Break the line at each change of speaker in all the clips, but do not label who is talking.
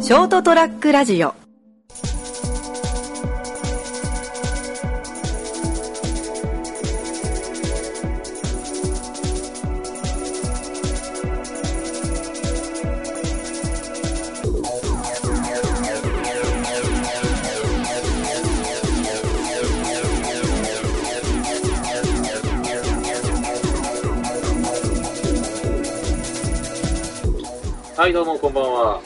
ショートトラックラジオ
はい、どうも、こんばんは。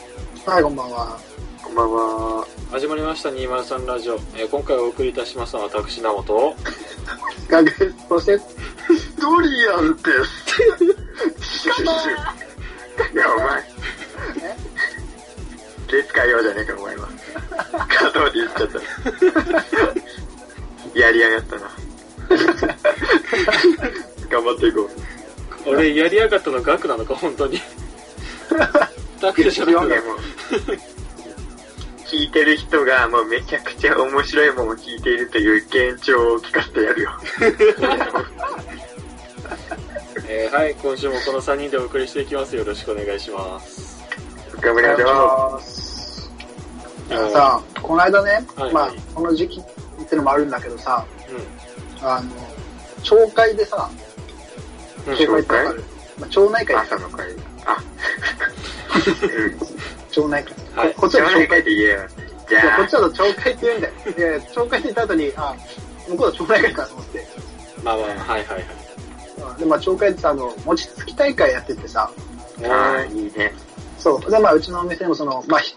はい、こんばんは。
こんばんは。
始まりました、203ラジオ。えー今回お送りいたしますのは、私、名本。
ガグ、そして、
ドリアンです。いや、お前。気使いようじゃねえか、お前は。加藤で言っちゃった。やりやがったな。頑張っていこう。
俺、やりやがったのガクなのか、本当に。タクじゃな
読
く
ん
て
でもう。聞いてる人がもうめちゃくちゃ面白いもんを聞いているという現状を聞かせてやるよ。
えーはい、今週もこの3人でお送りしていきます。よろしくお願いします。
頑張りましょ
ます。さあ、この間ね、
はい
まあ、この時期ってのもあるんだけどさ、
う
あの、町会でさ、
ん。うん
紹
町
介
会ってわかるまあ、町内
う。
会
朝の会。 あ。うん
町内会。
はい
ここっち
じ
だ
ゃ
と
あ、紹
町
介
会。
で言えよ。じ
いや
ゃ
こ
あ
っち、だと町会って言うんだよ。いやいや、町会って言った後に、あ、向こうは町内会かと思って。
まあまあ、はいはい
で、まあ、町会ってさ、あの、餅つき大会やっててさ、
あ
は
あ、
い。
いいね。
そう。で、まあ、うちのお店にもその、まあ、ひ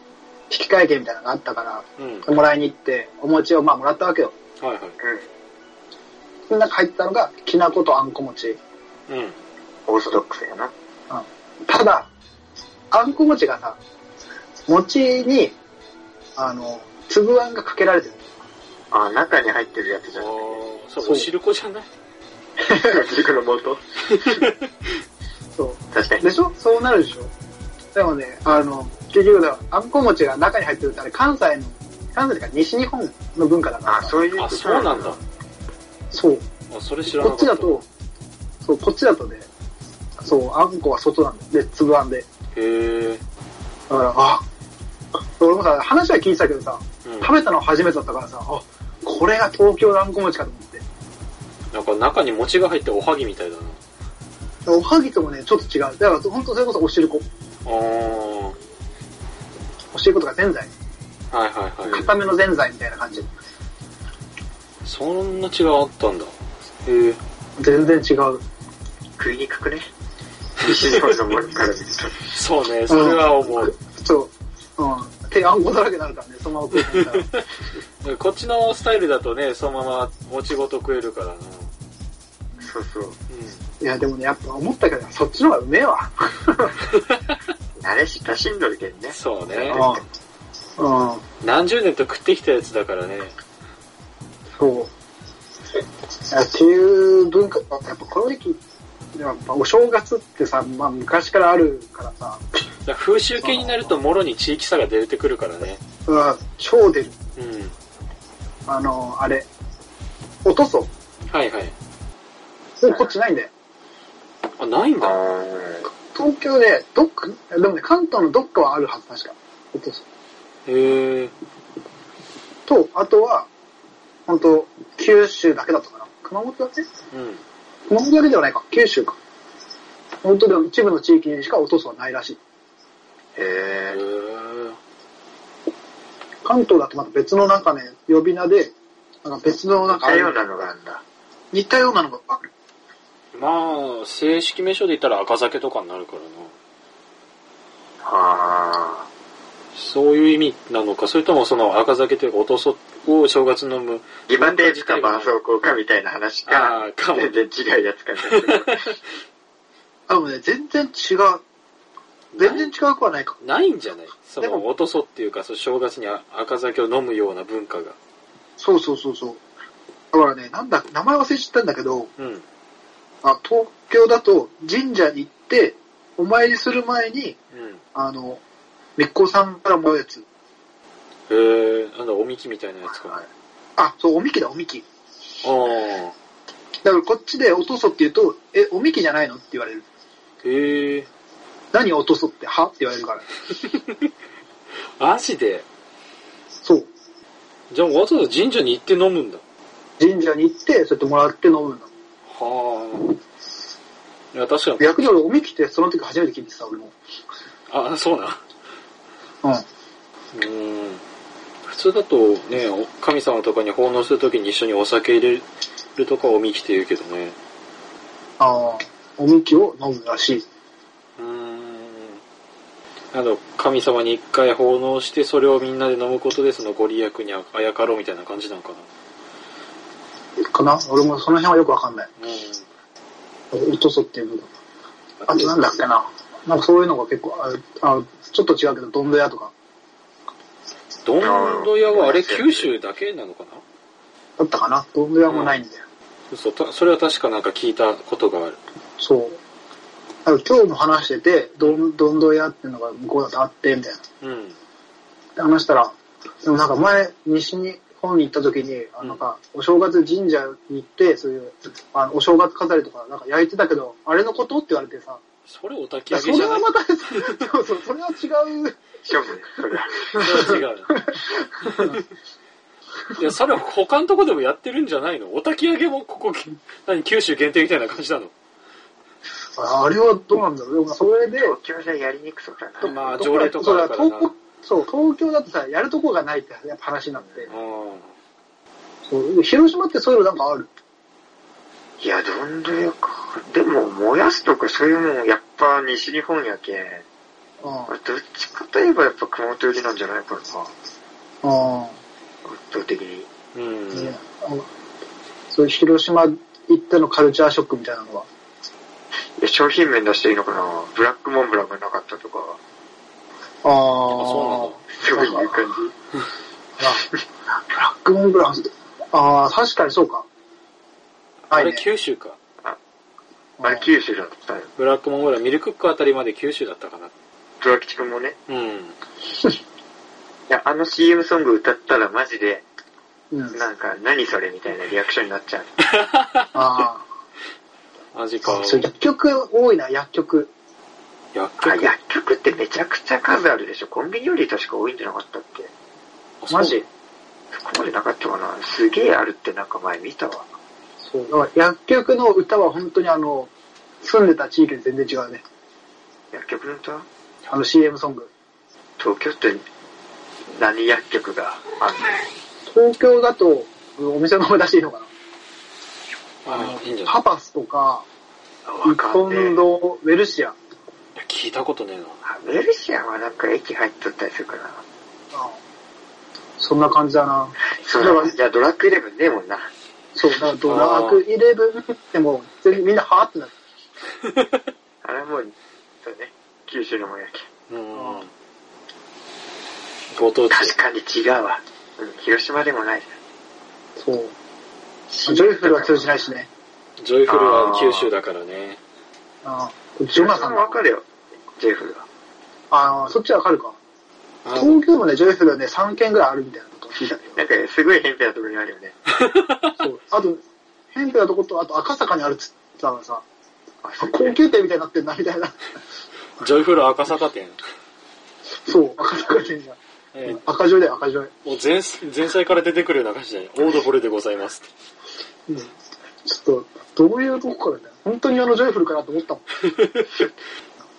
引き換え券みたいなのがあったか
うん。うん。
ら、もらいに行って、お餅をまあ、もらったわけよ。
はいは
その中入ったのが、きな粉とあんこ餅。
い。うん。
うん。オーソドックスやな。
ただ、あんこ餅がさ、餅に、あの、粒あんがかけられてる。
ああ、中に入ってるやつじゃん。
おー、
そ
そうう、お汁粉じゃない
軸の元
そ
確か
う。で
に。
しょそうなるでしょでもね、あの、結局だ、あんこ餅が中に入ってるってあれ、関西の、関西というか西日本の文化だから
あ
さ
そういうこ
あ、
と
そうなんだ。
そう。
あ、それ知らな
こ
か
っ
った。
ちだと、そう、こっちだとね、そう、あんこは外なんで、粒あんで。
へえ。
だから、あ、俺もさ、話は聞いてたけどさ、
うん。
食べたの初めてだったからさ、あ、これが東京のあんこ餅かと思って。
なんか中に餅が入っておはぎみたいだな。
おはぎともね、ちょっと違う。だから、本当それこそおしるこ。
あー。
おしることかぜんざい。
はいはいはい。
固めのぜんざいみたいな感じ。
そんな違いあったんだ。へえ。
全然違う。
食いにくくね西日本の森から見る
そうね、それは思う。
そう。うん。手あんこだらけになるからね、そのまま食う と思ったら。
こっちのスタイルだとね、そのままもちごと食えるからな。
と。そうそう。
いや、でもね、やっぱ思ったけど、そっちの方がうめえわ。
慣れ親しんどるけん
う
ね
ん。。そうね。
うん。うん。
何十年と食ってきたやつだからね。
そう。いやっていう文化、やっぱこの時期、やっぱお正月ってさ、まあ昔からあるからさ、
だから風習系になるともろに地域差が出てくるからね。
うん、超出る。
うん。
あの、あれ、落とそう。
はいはい。
でもこっちないんだよ。
あ、ないん
あ
だ。
東京で、どっか、でもね、関東のどっかはあるはず、確か。落とそう。
へえ。
と、あとは、本当九州だけだったかな。熊本だけ
うん。
熊本だけではないか。九州か。本当でも一部の地域にしか落とすはないらしい。
ーへ
へ
え。
え。
関東だとまた別のなんかね、呼び名で、なんか別のなん
似
かあ
た
る
ようなのがあんだ。
似たようなのがある。
まあ、正式名称で言ったら赤酒とかになるからな。
あ
そういう意味なのか、それともその赤酒というかおとそを正月飲む。
あ。リバテージか絆創膏かみたいな話
あ
か
ー、かも
全然違うやつかね。
あ、でもね、全然違う。全然違うくはないか。
ないんじゃないそ
で
の
も
おとそっていうかその正月にあ赤酒を飲むような文化が
そうそうそうそう。だからね、なんだ、名前忘れちゃったんだけど、
うん
あ東京だと神社に行って、お参りする前に、あの、密航さんからもらうやつ。
うんへえなんだおみきみたいなやつかなあ
あ、そう、おみきだ、おみき。
あ
だからこっちで落とそって言うと、え、おみきじゃないのって言われる。
へえ
何落とそって、はって言われるから。
マジで
そう。
じゃあわざわざ神社に行って飲むんだ。
神社に行って、そうやってもらって飲むんだ。
はあ。いや、確かに。
逆に俺、おみきってその時初めて聞いてた、俺も。
あ、そうなん。
うん。
うん普通だとねお神様とかに奉納するときに一緒にお酒入れるとかおみきって言うけどね
ああ、おみきを飲むらしい。
うんあの神様に一回奉納してそれをみんなで飲むことでそのご利益にああやかろうみたいな感じなのか
かな俺もその辺はよくわかんない。
なうん
落とそっていうのあとなんだっけな。なんかそういうのが結構、ああちょっと違うけど、どんどやとか、
どんどやはあれ九州だけなのかな
だったかな。どんどやもないんだよ。
そうたそれは確かなんか聞いたことがある
そう。あの今日も話してて、どんどんどやっていうのが向こうだとあって、みたいな。
うん
で話したら、でもなんか前、西日本に行った時に、あ
うん
のなんか、お正月神社に行って、そういう、あのお正月飾りとか、なんか焼いてたけど、あれのことって言われてさ、
それお焚
い
き
や
上
そ
げじ
れ
ゃな
はいまた、そうそう、それは違う。
処分、それは。
それは違ういやそれ他のとこでもやってるんじゃないのお焚き上げもここ何九州限定みたいな感じなの
ああれはどうなんだろう。でもそれで、
東京じゃやりにくそうだな。
まあ条例とかあるから
そう
な
東そう、東京だってさ、やるとこがないってやっぱ話になって。
う
そうで広島ってそういうのなんかある。
いや、どんどやか。でも、燃やすとかそういうもん、やっぱ西日本やけん。
うん。
どっちかといえばやっぱ熊本寄りなんじゃないかな。圧
うん。
倒的に。
ん、うん
ねあのそういう広島行ってのカルチャーショックみたいなのは。
いや商品面出していいのかなブラックモンブランがなかったとか。
ああ、そ
そ
そういう
うな
感
んだ。ブラックモンブランス。ああ、確かにそうか。
あ
はい、
れ
ね。
九州か
じ。あれ九州だったよ。
ブラックモンブランミルクックあたりまで九州だったかな
ドラキチ君もね。
うん
いや、あの CM ソング歌ったらマジで、
うん。あ
なんか、何それみたいなリアクションになっちゃう。
あ
マジか
ー。そう、薬局多いな、薬局。
薬
あ、
局
薬局ってめちゃくちゃ数あるでしょ。コンビニより確か多いんじゃなかったっけ
マジ
そこまでなかったかな。すげえあるってなんか前見たわ。
そう。だから薬局の歌は本当にあの、住んでた地域で全然違うね。
薬局の歌
あの CM ソング。
東京って何薬局があんの
東京だと、お店の名前出していいのかな
あいいんじゃない
パパスとか、
あわ
一
かん
本
ね
堂、ウェルシア。
いや聞いたことねえな
え。ウェルシアはなんか駅入っとったりするから。
あーそんな感じだな。
そうだ
だか
わ。
ら
いや、ドラッグイレブンねえもんな。
そう、だからドラッグイレブンってもう、全然みんなはーってなる。
あれはもう、そうね。九州のもんやけん。
うんご当地
確かに違うわ。うん、広島でもない。
そう。ジョイフルは通じないしね。
ジョイフルは九州だからね
ああ、ジョナサン
わか
の。
るよ。ジェフが。
ああ、そっちはわかるか。
あ
東京もね、ジョイフルはね、3軒ぐらいあるみたいなことを聞いたけ
なんか、すごい偏僻なところにあるよね。
ど。そう。あと、変なとこと、あと赤坂にあるっつってたからさ、
あ、すご
高
い。
級店みたいになってんな、みたいな。
ジョイフル赤坂店
そう、赤坂店じゃん。
えー
赤城だよ、赤城。
もう前前菜から出てくるような感じだねオードフルでございますって
うん。ちょっと、どういうとこからね、本当にあのジョイフルかなと思ったも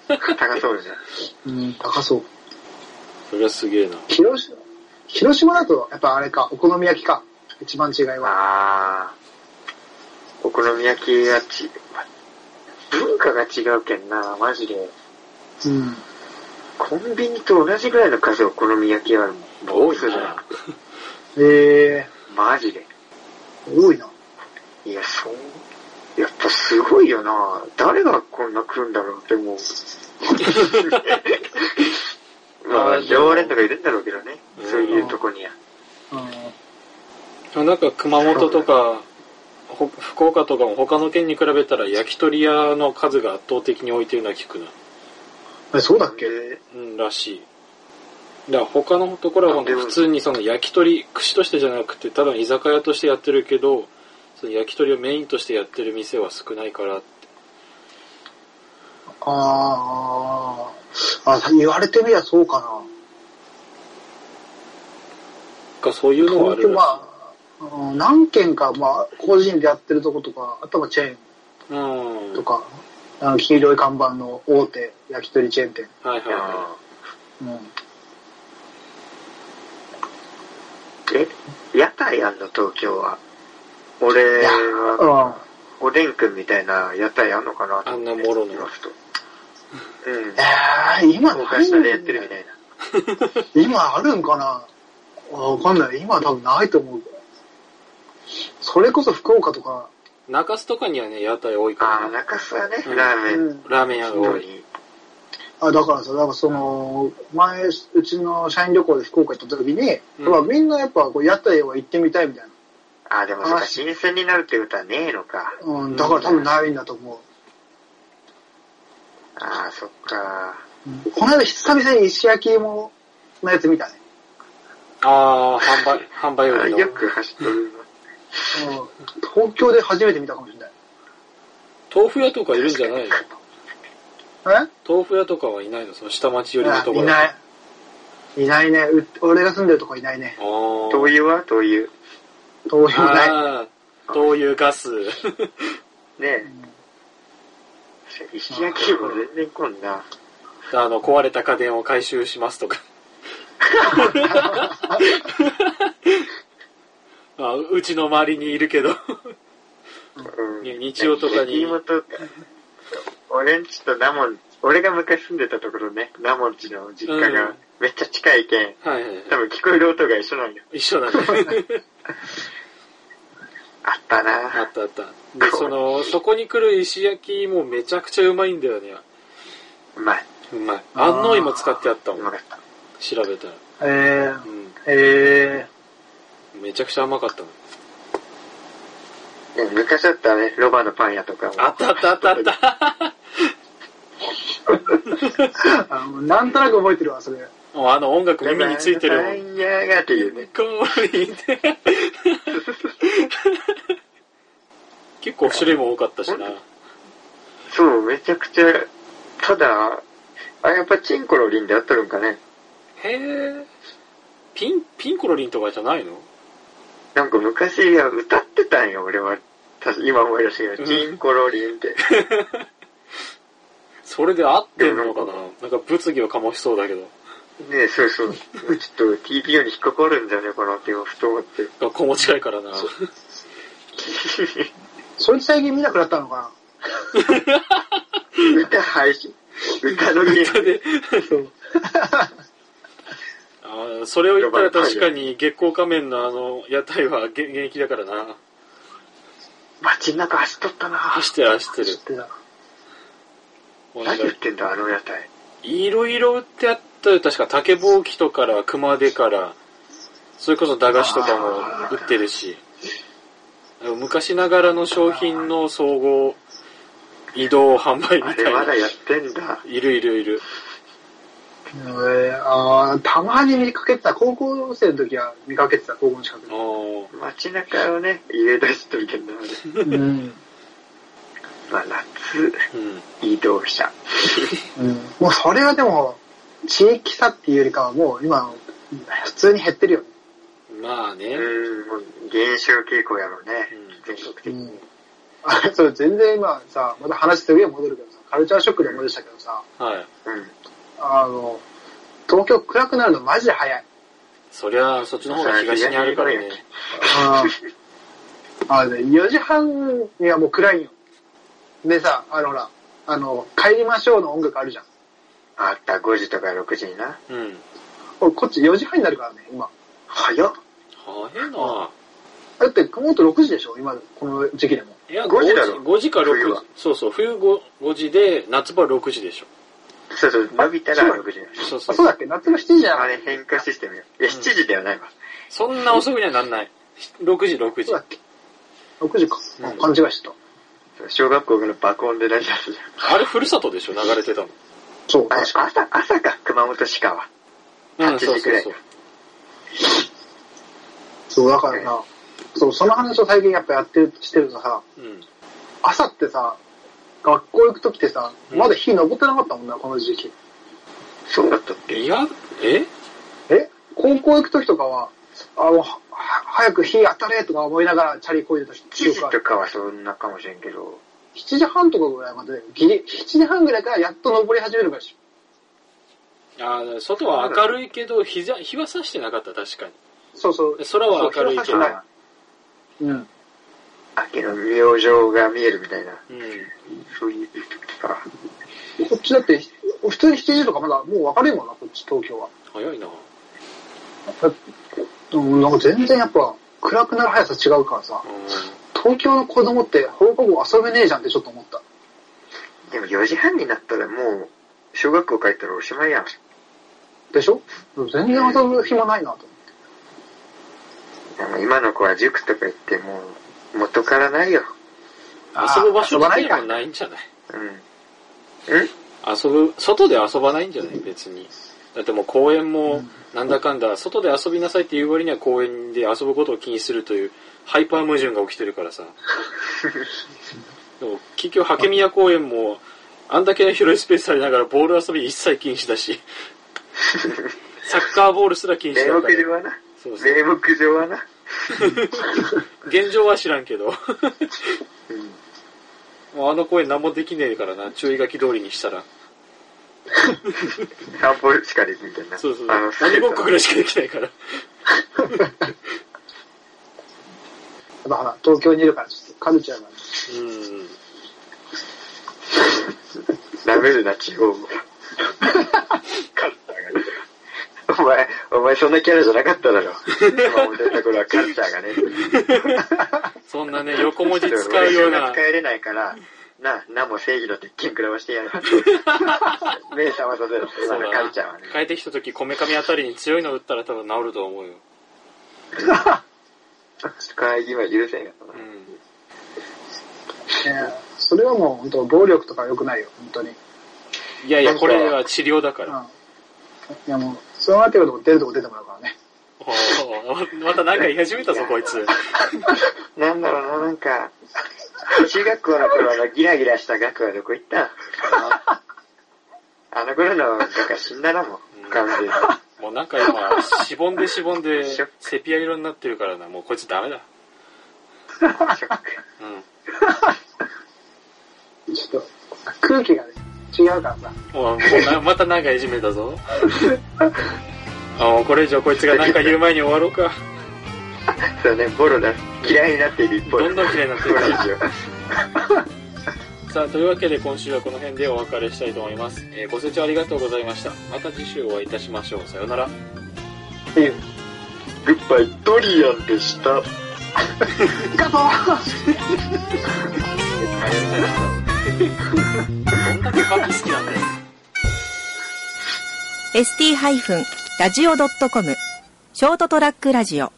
高そうじゃん。
ん。うん、高そう。
それはすげえな
広島、広島だと、やっぱあれか、お好み焼きか。一番違いは。
あー。お好み焼きがち、ま文化が違うけんな、マジで。
うん。
コンビニと同じぐらいの数お好み焼き屋あるもん。
多いな
ええ
マジで。
多いな。
いや、そう。やっぱすごいよな。誰がこんな食うんだろうって思う。まあ、常連とかいるんだろうけどね。そういうとこには。
う
なんか熊本とかほ福岡とかも他の県に比べたら焼き鳥屋の数が圧倒的に多いというのは聞くな、
ん。え、そうだっけ
うん、らしいだから他のところはほんと普通にその焼き鳥串としてじゃなくてただの居酒屋としてやってるけどその焼き鳥をメインとしてやってる店は少ないからって
あーあ、言われてみりゃそうか
かそういうのはあ
本当
る
ま
ら
あうん何件か、まあ、個人でやってるとことか、あとはチェー
しい。うん。
ンとか、あの黄色い看板の大手焼き鳥チェーン店。
はいはいは
あ
うん、
ーえ、屋台あんの東京は。俺
いや
は、
うん
おでんくんみたいな屋台あんのかなと思って
あんなもろの
見ますとうん。
えー、今
公開したらやってるみたいな。
今あるんかなあわかんない。今は多分ないと思う。それこそ福岡とか、
い。中洲とかにはね、屋台多い
ああ、
からね。
中洲はね、
うん
ラーメン
うん、
ラーメン屋が多い。
に。
あだからさ、だからその、前、うちの社員旅行で福岡行った時に、
うん
まあみんなやっぱこう屋台は行ってみたいみたいな。
ああ、でもそっか、新鮮になるってことはねえのか。
うん、だから多分ないんだと思う。
ああ、そっか。
うんこの間久々に石焼き芋のやつ見たね。
ああ、販売、販売よりの。
よく走ってる
う
な。
ん、東京で初めて見たかもしれない。
豆腐屋とかいるんじゃないの豆腐屋とかはいないのその下町
え
寄りのと
い
ころ。
な
あ
い。いないね。う俺が住んでるとこいないね。
ー
灯油は灯油。
東京いない。
あー灯油ガス。
ねえ、石焼き芋全然来んな。
あの、壊れた家電を回収しますと か。あうちの周りにいるけど。
うん
ね日曜とかに
焼き芋とか、俺んちとナモン、俺が昔住んでたところね、ナモンちの実家
うん
がめっちゃ近いけん、
はいはいは
多分聞こえる音が一緒なんよ。
い。一緒だね。
あった
あ
な
ったあった。で、その、そこに来る石焼きもめちゃくちゃうまいんだよね。
うまい。
うまい。安納芋使ってあった
う
も
ま
ん。
かった。
調べたら。
えー、
う
え
ん。めちゃくちゃ甘かったもん。
でも昔だったらね、ロバのパン屋とかも。
あったあったあったあった。
ー、あのなんとなく覚えてるわ、それ。
もうあの音楽耳についてる
ロ
も
バ
ん。
のパン屋がっていうね。
かわいいね 結構種類も多かったしな。
そう、めちゃくちゃ、ただ、あ、やっぱチンコロリンであったのかね。
へえ。ピン、ピンコロリンとかじゃないの
なんか昔、いや歌ってたんよ、俺は。たし今思い出したけど、チンコロリ ンって。
それで合ってるのかななんか物議を醸しそうだけど。
ねえ、そうそう。ちょっと TPO に引っかかるんじゃねえかなって今ふと 思って。
学校も近いからな。
それって最近見なくなったのか
歌配信歌のゲーム。
で
なそう。
あーそれを言ったら確かに月光仮面のあの屋台は現現役だからな。
街中走っとったな
走ってる走って
知っ
る。
てた。
もうなん
何
か
言ってんだ、あの屋台。
いろいろ売ってあったよ。確か竹ぼうきとから熊手から、それこそ駄菓子とかも売ってるし。昔ながらの商品の総合移動販売
あ
み
れま
た
だ
いな。
やってんだ。
いるいるいる。
えー、あーたまに見かけてた。高校生の時は見かけてた、高校の近く
あー
街中をね、入れ出しとるけどな、あれ
で。うん。
まあ夏、
うん。
移動車。
うん。もうそれはでも、地域差っていうよりかはもう今、普通に減ってるよね。
まあね
う。ん、もう減少傾向やろうね。全国的
う
に。
ん。あれ、そう、全然今さ、また話すげえ戻るけどさ、カルチャーショックで思い出したけどさ、
はい。
うん。
あの、東京暗くなるのマジで 早い。
そりゃ、そっちの方が東にあるからね。
あーあのね、4時半にはもう暗いんよ。でさ、あのほら、あの、帰りましょうの音楽あるじゃん。
あった、5時とか6時にな。
うん。
俺こっち4時半になるからね、今。
早っ。
早いな
だって、もっと6時でしょ今、この時期でも。
いや、
5
5
時
時
だろ
5時か
冬
6
は
時。そうそう、冬 5, 5時で、夏場6時でしょ。
そうそう、伸びたら6時だ。
そうそ
あ、
う
そう。だっけ夏の7時じゃ
あ
ない
れ変化システムよ。いや、7時ではないわ。
そんな遅くにはなんない。6時、6時
そうだ。っけ ?6 時か。あ
うん
勘違いしてた。
小学校の爆音で鳴り出すじゃん。
あれ、ふるさとでしょ、流れてたの。
そう、
あれ
確か。
朝、朝か、熊本市川。
う
8
ん、そう
時く
そう
らい
そう。
そう、だからな、そう、その話を最近やっぱやってる、してるとさ、
うん。
朝ってさ、学校行くときってさ、
うん
まだ日昇ってなかったもんな、この時期。
そうだったっけ
いや、え
え高校行くときとかは、あ、もう、は早く火当たれとか思いながらチャリこいでた記
記
憶
事
ある
とかはそんなかもしれんけど、
7時半とかぐらいまで、ギリ、7時半ぐらいからやっと登り始めるからし
あー外は明るいけど日ざ日は差してなかった確かに
そうそう。
空は明るいけど
そう日は差してないうん。
秋の明星が見えるみたいな、
う
そういう時か。
こっちだって、普通に7時とかまだもう明るいもんな、こっち東京は。
ん早いな
だってうんなんか全然やっぱ暗くなる速さ違うからさ、
う
東京の子供って放課後遊べねえじゃんってちょっと思った。
でも4時半になったらもう、小学校帰ったらおしまいやん。
でしょ全然遊ぶ暇ないなと思って。
なんか今の子は塾とか行ってもう、元からない
ん
よ。
遊ぶ場所
あー遊ばない
自体
か
も。ないんじゃない
うん。
遊ぶ外で遊ばないんじゃない別にだってもう公園もなんだかんだ外で遊びなさいっていう割には公園で遊ぶことを気にするというハイパー矛盾が起きてるから さでも結局ハケミヤ公園もあんだけ広いスペースありながらボール遊び一切禁止だしサッカーボールすら禁止
名
だから
目上はな。
そうそう
名目上はな。
現状は知らんけど
うん。
もうあの公園何もできねえからな注意書き通りにしたら
散歩しかできんみたいな。
そうそう
あの、
何ごっこぐらいしかできないから
だから東京にいるからちょっとカルチャーが。
うん
舐めるな、地方も。お前、お前そんなキャラじゃなかっただろ。今思ってた頃はカルチャーがね。
そんなね横文字使うような
使えれないから、な、なも正義の鉄拳食らわしてや る。目覚まさせろ、今
そう
の
だ
カ
な
ルチャーはね。
帰ってきた時こめかみあたりに強いの打ったら多分治ると思うよ、
会議は許せんやろ
う
な。
ん、
ねそれはもう本当暴力とか良くないよ、本当に。
いやいやこれは治療だか
うん。
ら
いやもう、そうなってくると出るとこ出てもらうからね。
おーまた何か言い始めたぞこいつ
なんだろうな、なんか、中学校の頃のギラギラした学はどこ行ったんあの頃の学は死んだな、も
うん
う。完全に。
もうなんか今しぼんでしぼんでセピア色になってるからなもうこいつダメだ
ショック。
う
ちょっと、空気がね、違うからさ。
んもうもうなまた何かいじめた ぞあもうこれ以上こいつが何か言う前に終わろうか
そうね、ボロだ。嫌いになっている一方
ど
だ
んどん綺麗になって
こ
る
れ以上
さあというわけで今週はこの辺でお別れしたいと思います、えーご清聴ありがとうございましたまた次週お会いいたしましょうさようなら
っていう。
グッバイ、ドリアンでした。
ガバー
どんだけパン好きなんだよ
ST-radio.com ショートトラックラジオ